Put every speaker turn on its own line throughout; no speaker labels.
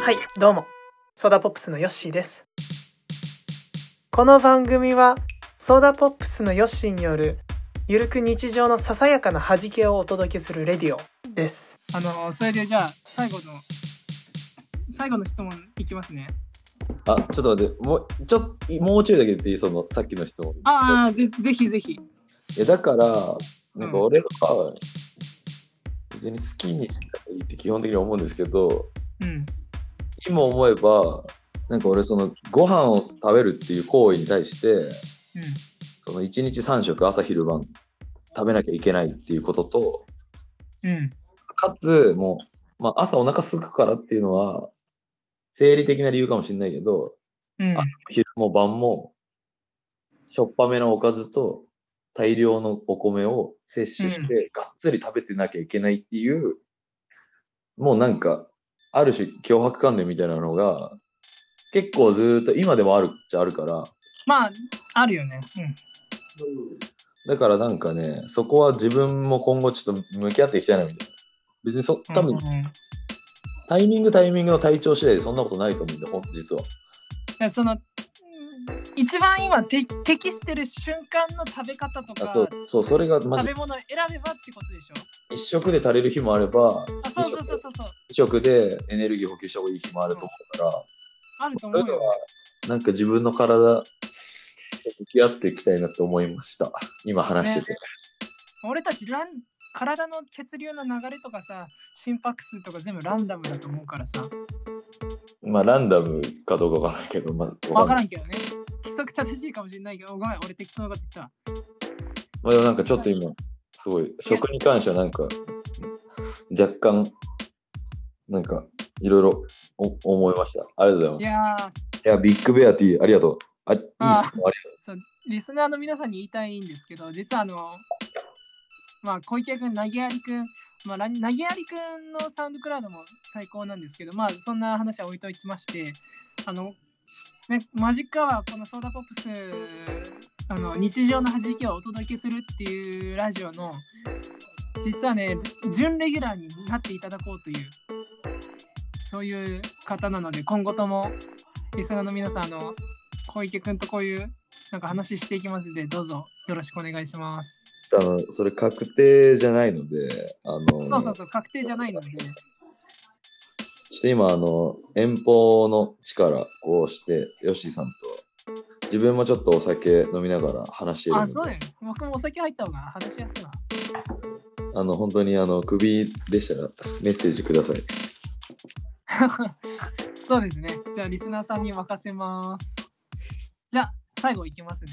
はいどうもソーダポップスのヨッシーですこの番組はソーダポップスのヨッシーによるゆるく日常のささやかな弾けをお届けするレディオです
あのそれでじゃあ最後の最後の質問いきますね。
あ、ちょっと待って、もう、ちょっもうちょいだけ言っていい、その、さっきの質問。
ああぜぜひぜひ。
え、だから、なんか
うん
俺は、別に好きにしたらいいって基本的に思うんですけど、
うん
今思えば、なんか俺、その、ご飯を食べるっていう行為に対して、
うん
その、1日3食、朝昼晩、食べなきゃいけないっていうことと、
うん
かつ、もう、まあ、朝お腹空くからっていうのは、生理的な理由かもしれないけど、
うん
朝も昼も晩も、しょっぱめのおかずと大量のお米を摂取して、がっつり食べてなきゃいけないっていう、もうなんか、ある種脅迫観念みたいなのが、結構ずーっと今でもあるっちゃあるから、
まああるよね。
だからなんかね、そこは自分も今後ちょっと向き合っていきたいなみたいな。別にそ、
うん。
多
うん
分
うん
タイミングタイミングの体調次第でそんなことないと思うんで、ほん実は。
でその一番今て適してる瞬間の食べ方と
あ
か
そう
食、
そう、それがマジ
べ物を選べばってことでしょ。
一食で足りる日もあれば、
あそうそうそうそうそう
一食でエネルギー補給した方がいい日もあると思うから、
あると
そうい
思
う
う
の
よ。
はなんか自分の体と向き合っていきたいなと思いました。今話してて。
俺たちラン体の血流の流れとかさ心拍数とか全部ランダムだと思うからさ
まあランダムかどうかわからないけど、まあ
わ
わ
から
かんない。
んけどね規則正しいかもしれないけどごめん俺適当なこと言った
まあでもなんかちょっと今、すごい、食に関してはなんか、若干、なんか、いろいろお思いました。ありがとうご
い
ざいま
やー
す。いや、ビッグベアティー、ありがとう。あいい質問あ
あ
り
そうリスナーの皆さんに言いたいんですけど、実はあの、まあ、小池君、投げやり君、まあ、ら投げやり君のサウンドクラウドも最高なんですけど、まあ、そんな話は置いときまして、あの、ね、マジックアワー、このソーダポップス、あの、日常の弾きをお届けするっていうラジオの、実はね、準レギュラーになっていただこうという、そういう方なので、今後とも、リスナーの皆さん、あの、小池君とこういうなんか話していきますので、どうぞよろしくお願いします。
あの、それ確定じゃないので、あの、
そうそうそう、確定じゃないので。
ちょっと今、あの、遠方の地からこうして、ヨッシーさんと、自分もちょっとお酒飲みながら話している
あ、
ので
そうだよね。僕もお酒入った方が話しやすいわ。
あの、本当に、あの、首でしたら、メッセージください。
そうですね。じゃあ、リスナーさんに任せます。じゃあ、最後いきますね。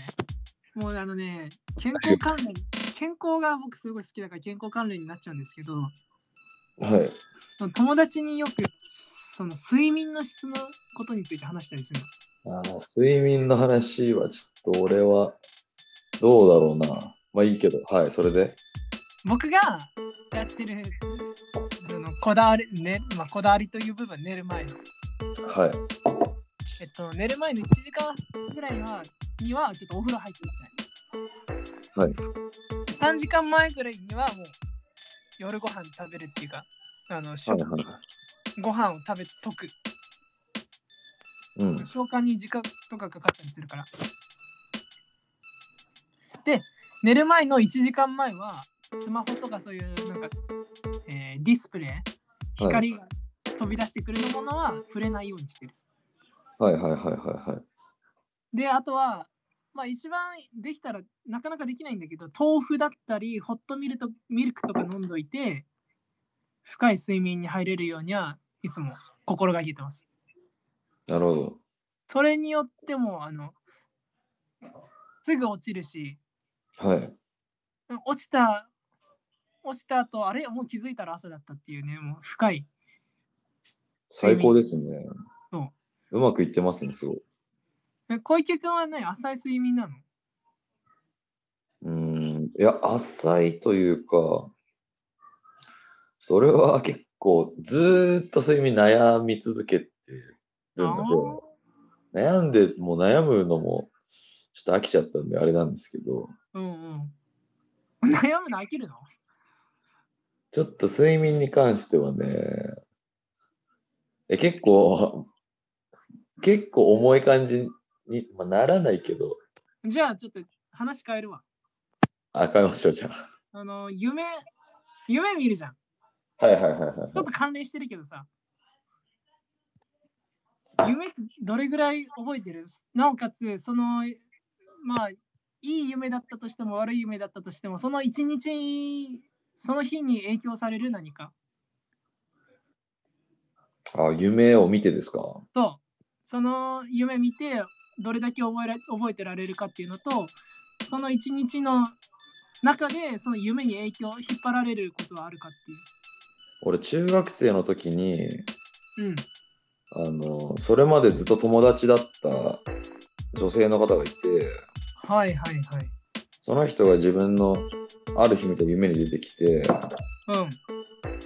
もうあのね、健康関連、健康が僕すごい好きだから健康関連になっちゃうんですけど、
はい。
その友達によくその睡眠の質のことについて話したりするの。
あの睡眠の話は、ちょっと俺は、どうだろうな。まあいいけど、はい、それで。
僕がやってるあのこだわり、ねまあ、こだわりという部分寝る前の、
はい。
えっと、寝る前の1時間ぐらいはにはちょっとお風呂入ってください、はい、3時間前ぐらいにはもう夜ご飯食べるっていうかあの、
は
食
いはいは
ご飯を食べとく
い。うん。
消化に時間とかかかったりするからで寝る前の1時間前はスマホとかそういうなんか、えーディスプレイ光が飛び出してくるものは触れないようにしてる。
はいはいはいはいはい。
で、あとは、まあ一番できたらなかなかできないんだけど、豆腐だったり、ホットミルトミルクとか飲んどいて、深い睡眠に入れるようにはいつも心がけてます。
なるほど。
それによっても、あの、すぐ落ちるし、
はい。
落ちた、落ちた後、あれもう気づいたら朝だったっていうね、もう深い。
最高ですね。
そう
まくいってますね、すごい。
え小池君はね、浅い睡眠なの
うーん、いや、浅いというか、それは結構ずーっと睡眠悩み続けてるので、悩んでも悩むのもちょっと飽きちゃったんであれなんですけど、
うんうん。 悩むの飽きるの
ちょっと睡眠に関してはね、え結構、結構重い感じに、まあ、ならないけど、
じゃあちょっと話変えるわ。
あ、変えましょう、じゃあ。
あの、夢、夢見るじゃん。
はいはいはいはい。
ちょっと関連してるけどさ。夢ってどれぐらい覚えてるなおかつ、その、まあ、いい夢だったとしても悪い夢だったとしても、その一日、その日に影響される何か。
あ、夢を見てですか
と、その夢見て、どれだけ覚えら覚えてられるかっていうのと、その一日の中で、その夢に影響、引っ張られることはあるかっ
俺、中学生の時に、
ていう。うん。
あの、それまでずっと友達だった女性の方がいて、
はいはいはい。
その人が自分のある日見た夢に出てきて、
う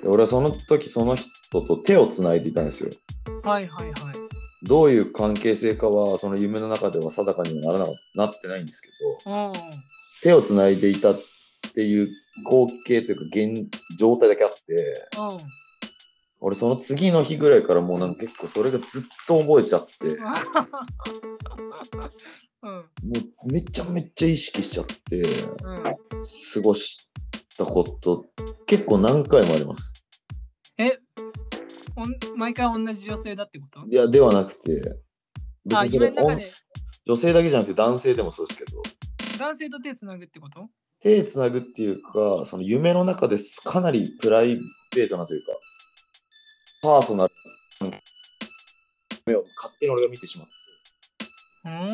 で俺はその時その人と手をつないでいたんですよ。
ん。はいはいはい。
どういう関係性かは、その夢の中では定かにはならなかなってないんですけど、
おう
手をつないでいたっていう光景というか現状態だけあって、
おうおう。
俺その次の日ぐらいからもうなんか結構それがずっと覚えちゃってて、も
うん
うめちゃめちゃ意識しちゃって、
うん。
過ごしたこと結構何回もあります。
えおん毎回同じ女性だってこと
いや、ではなくて、別
あ、
にそれ
夢の中で
女性だけじゃなくて男性でもそうですけど、
男性と手つなぐってこと
手つなぐっていうか、その夢の中ですかなりプライベートなというか、パーソナルな夢を勝手に俺が見てしまって、
うーん。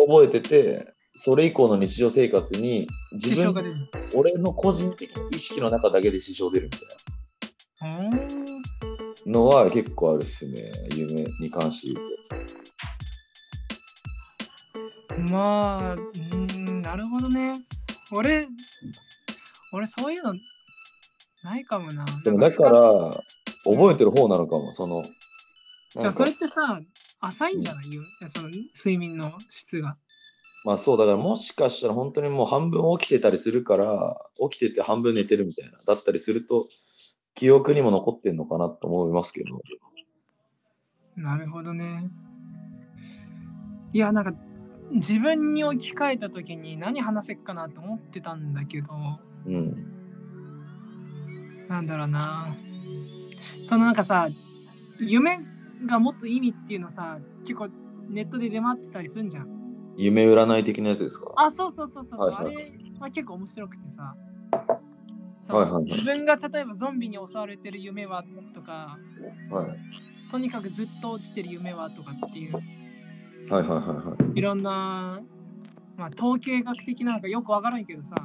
覚えてて、それ以降の日常生活に自
師匠が出る。
分、
う
俺の個人的な意識の中だけで支障出るみたい
ーん。
なのは結構あるっすね、夢に関して言うと。
まあ、うーん、なるほどね。俺、俺そういうのないかもな。
でもだから、覚えてる方なのかも、その。
い
な
や
ん
そ
か
れってさ、浅いんじゃないよ、いやその睡眠の質が。
まあそう、だからもしかしたら本当にもう半分起きてたりするから、起きてて半分寝てるみたいな、だったりすると、記憶にも残ってんのかなと思いますけど。
なるほどね。いや、なんか、自分に置き換えた時に何話せっかなと思ってたんだけど、
うん。
なんだろうな。そのなんかさ、夢が持つ意味っていうのさ、結構ネットで出回ってたりするんじゃん。
夢占い的なやつですか
あ、そうそうそうそうそう、
はいはい
あれ、まあ、結構面白くてさ。そ
はいはいは
う
い
自分が例えばゾンビに襲われてる夢はとか、
はい。
とにかくずっと落ちてる夢はとかっていう
はいはいはいはい
ろんな、まあ、統計学的なのかよくわからんけどさ。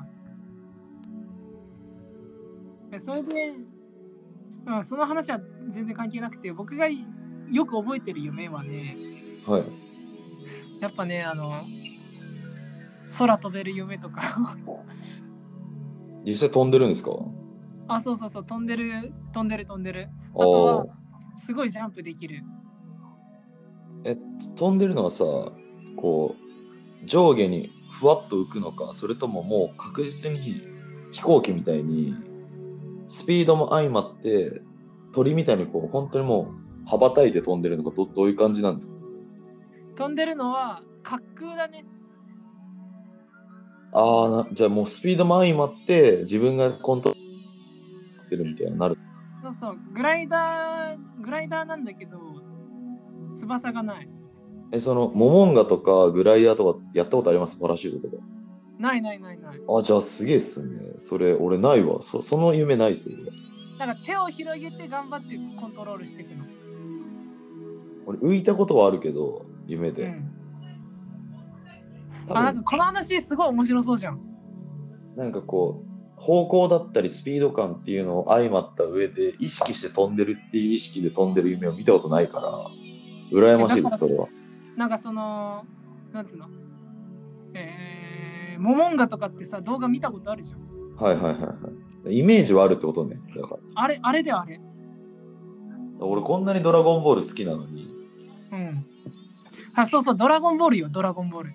えそれで、まあ、その話は全然関係なくて、僕がいよく覚えてる夢はね、
い。はい。
やっぱね、あの、空飛べる夢とか、
実際飛んでるんですか
あ、そうそうそう、飛んでる、飛んでる、飛んでる。
あ
あとは
ー、
すごいジャンプできる。
飛んでるのはさ、こう、上下にふわっと浮くのか、それとももう確実に飛行機みたいに、スピードも相まって、鳥みたいにこう、本当にもう羽ばたいて飛んでるのか、どどういう感じなんですか
飛んでるのは、滑空だね。
ああな、じゃあもうスピードも相まって、自分がコントロールしてるみたいになる。
そうそう、グライダー、グライダーなんだけど、翼がない。
え、その、モモンガとかグライダーとかやったことありますパラシュートとか。
ないないないない。
あ、じゃあすげえっすね。それ、俺ないわ。そその夢ないっすよ。俺
なんか手を広げて頑張ってコントロールしていくの。
俺浮いたことはあるけど、夢
う
で。
ん、
多分
あなんかこの話すごい面白そうじゃん。
なんかこう方向だったりスピード感っていうのを相まった上で意識して飛んでるっていう意識で飛んでる夢を見たことないから羨ましい
えだ
で
から
すそれは
なんかその、なんつうのえー、モモンガとかってさ、動画見たことあるじゃん。
はいはいはいはいイメージはあるってことねだから
あれ、あれだよあれ。
俺こんなに「ドラゴンボール」好きなのに
うん。あ、そうそう、ドラゴンボールよ、ドラゴンボール。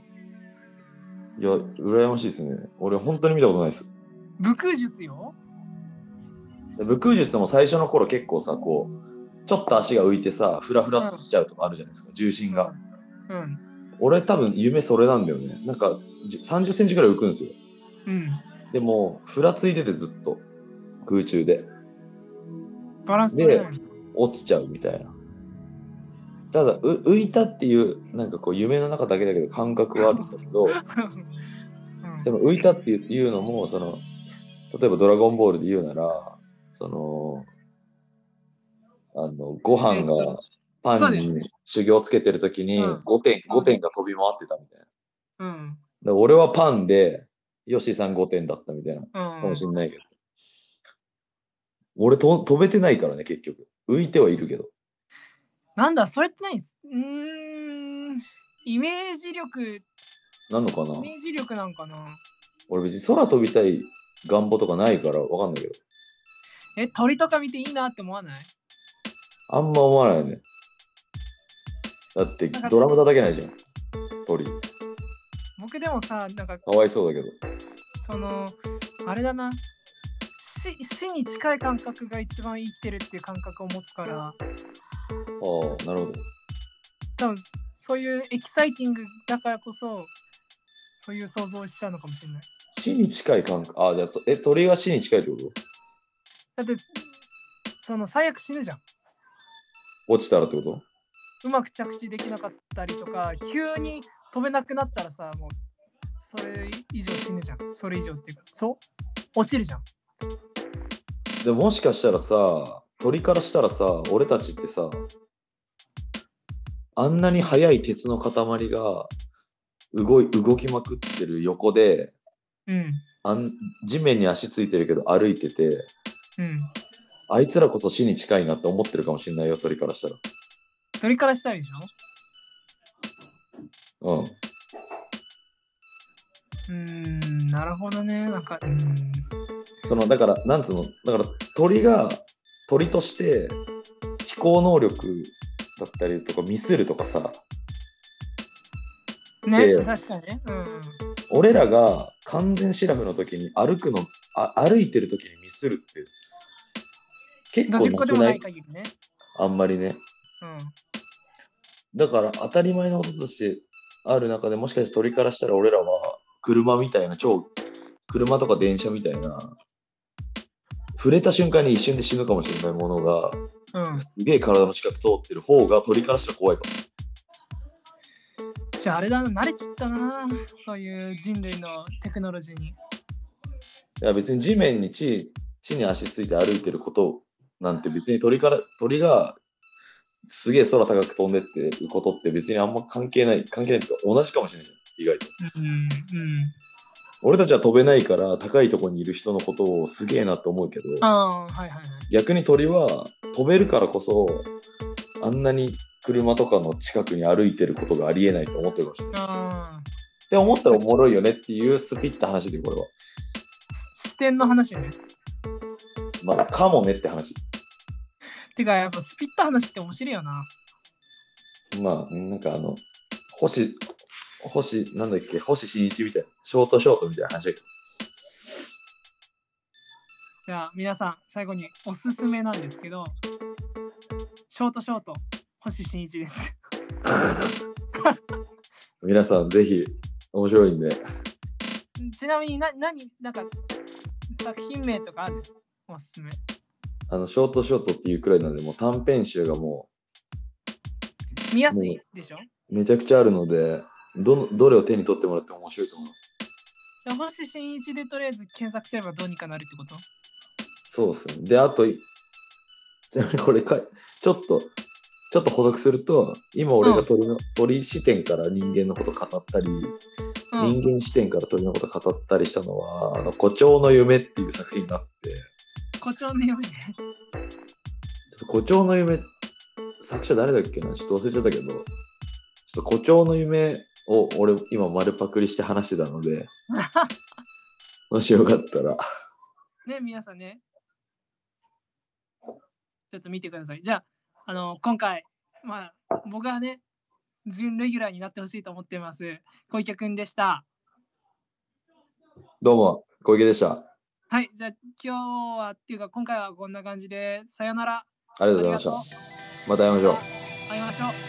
いや羨ましいですね俺本当に見たことないです
武空術よ。
武空術も最初の頃結構さこうちょっと足が浮いてさ、フラフラしちゃうとかあるじゃないですか、重心が。
うん。
俺多分夢それなんだよね。なんかじゅ30センチぐらい浮くんですよ。
うん。
でも、ふらついててずっと空中で
バランス取れない。
落ちちゃうみたいな。ただう浮いたっていうなんかこう夢の中だけだけど感覚はあるんだ けど
うん
その浮いたっていうのもその例えば「ドラゴンボール」で言うならそのあのご飯がパン
そう
に修行つけてる時に
うん
5点5点が飛び回ってたみたいな。
うん。
で俺はパンでヨッシーさん5点だったみたいな
うん。
かもしれないけど。俺と飛べてないからね、結局。浮いてはいるけど。
なんだ、それってないんです。うーん。イメージ力、
なのかな
イメージ力なんかな。
俺別に空飛びたい願望とかないからわかんないけど。
え、鳥とか見ていいなって思わない
あんま思わないよね。だってドラム叩けないじゃん。鳥。か
僕でもさ、なんか、
わいそうだけど。
その、あれだな。死死に近い感覚が一番生きてるっていう感覚を持つから、
ああ、なるほど。
多分そういうエキサイティングだからこそ、そういう想像をしちゃうのかもしれない。
死に近い感覚。ああ、じゃあ、とえ、鳥が死に近いってこと
だって、その最悪死ぬじゃん。
落ちたらってこと
うまく着地できなかったりとか、急に飛べなくなったらさ、もう、それ以上死ぬじゃん。それ以上っていうか、そう、落ちるじゃん。
でももしかしたらさ鳥からしたらさ俺たちってさあんなに速い鉄の塊が動い動きまくってる横で
うん、
あん地面に足ついてるけど歩いてて
うん。
あいつらこそ死に近いなって思ってるかもしれないよ鳥からしたら
鳥からしたらいいでし
うん
ょうーん、なるほどね。なんか、うーん。
そのだからなんつうのだから鳥が鳥として飛行能力だったりとかミスるとかさ
ね、
で
確かにね。うん。
俺らが完全シラフの時に歩くのあ歩いてる時にミスるって結
どっちっ
構
こ
な
で
く
も
な
ないい限りね。
あんまりね
うん。
だから当たり前のこととしてある中でもしかして鳥からしたら俺らは車みたいな超車とか電車みたいな触れた瞬間に一瞬で死ぬかもしれないものが
うん。
すげえ体の近く通ってる方が鳥からしたら怖いかも
じゃああれだな、慣れちったな。そういう人類のテクノロジーに。
いや別に地面に地地に足ついて歩いてることなんて別に鳥から鳥がすげえ空高く飛んでってることって別にあんま関係ない関係ないっていうか同じかもしれない意外と
うん、うん。
俺たちは飛べないから高いところにいる人のことをすげえなと思うけど
ああー、はいはいはい。
逆に鳥は飛べるからこそあんなに車とかの近くに歩いてることがありえないと思ってるかもしれない
ああ、
って思ったらおもろいよねっていうスピッた話でこれは
視点の話ね。
まあかもねって話
てか、やっぱスピッた話って面白いよな。
まあ、なんかあの、星、星、なんだっけ、星新一みたいな、ショートショートみたいな話だけど、
じゃあ、皆さん、最後におすすめなんですけど、ショートショート、星新一です。
皆さんぜひ、面白いんで、
ちなみにな、何、なんか、作品名とかあるおすすめ。
あの、ショートショートっていうくらいなんで、もう短編集がも
見やすいでしょ
う、めちゃくちゃあるので、どの、どれを手に取ってもらっても面白いと思う。
じゃあ、星新一でとりあえず検索すればどうにかなるってこと
そうですね。で、あと、 いちなみにこれかい、ちょっと、ちょっと補足すると、今俺が鳥の、鳥視点から人間のこと語ったり、
うん。
人間視点から鳥のこと語ったりしたのは、あの、誇張の夢っていう作品があって、
誇張のようにね。
誇張の夢、作者誰だっけなちょっと忘れちゃったけど、ちょっと誇張の夢を俺今丸パクリして話してたので、もしよかったら、
ね、皆さんね。ちょっと見てください。じゃあ、あの、今回、まあ、僕はね、準レギュラーになってほしいと思っています。小池くんでした。
どうも、小池でした。
はい、じゃあ、今日はっていうか、今回はこんな感じで、さよなら。
ありがとうございました。
ありがとう
また会いましょう。
会いましょう。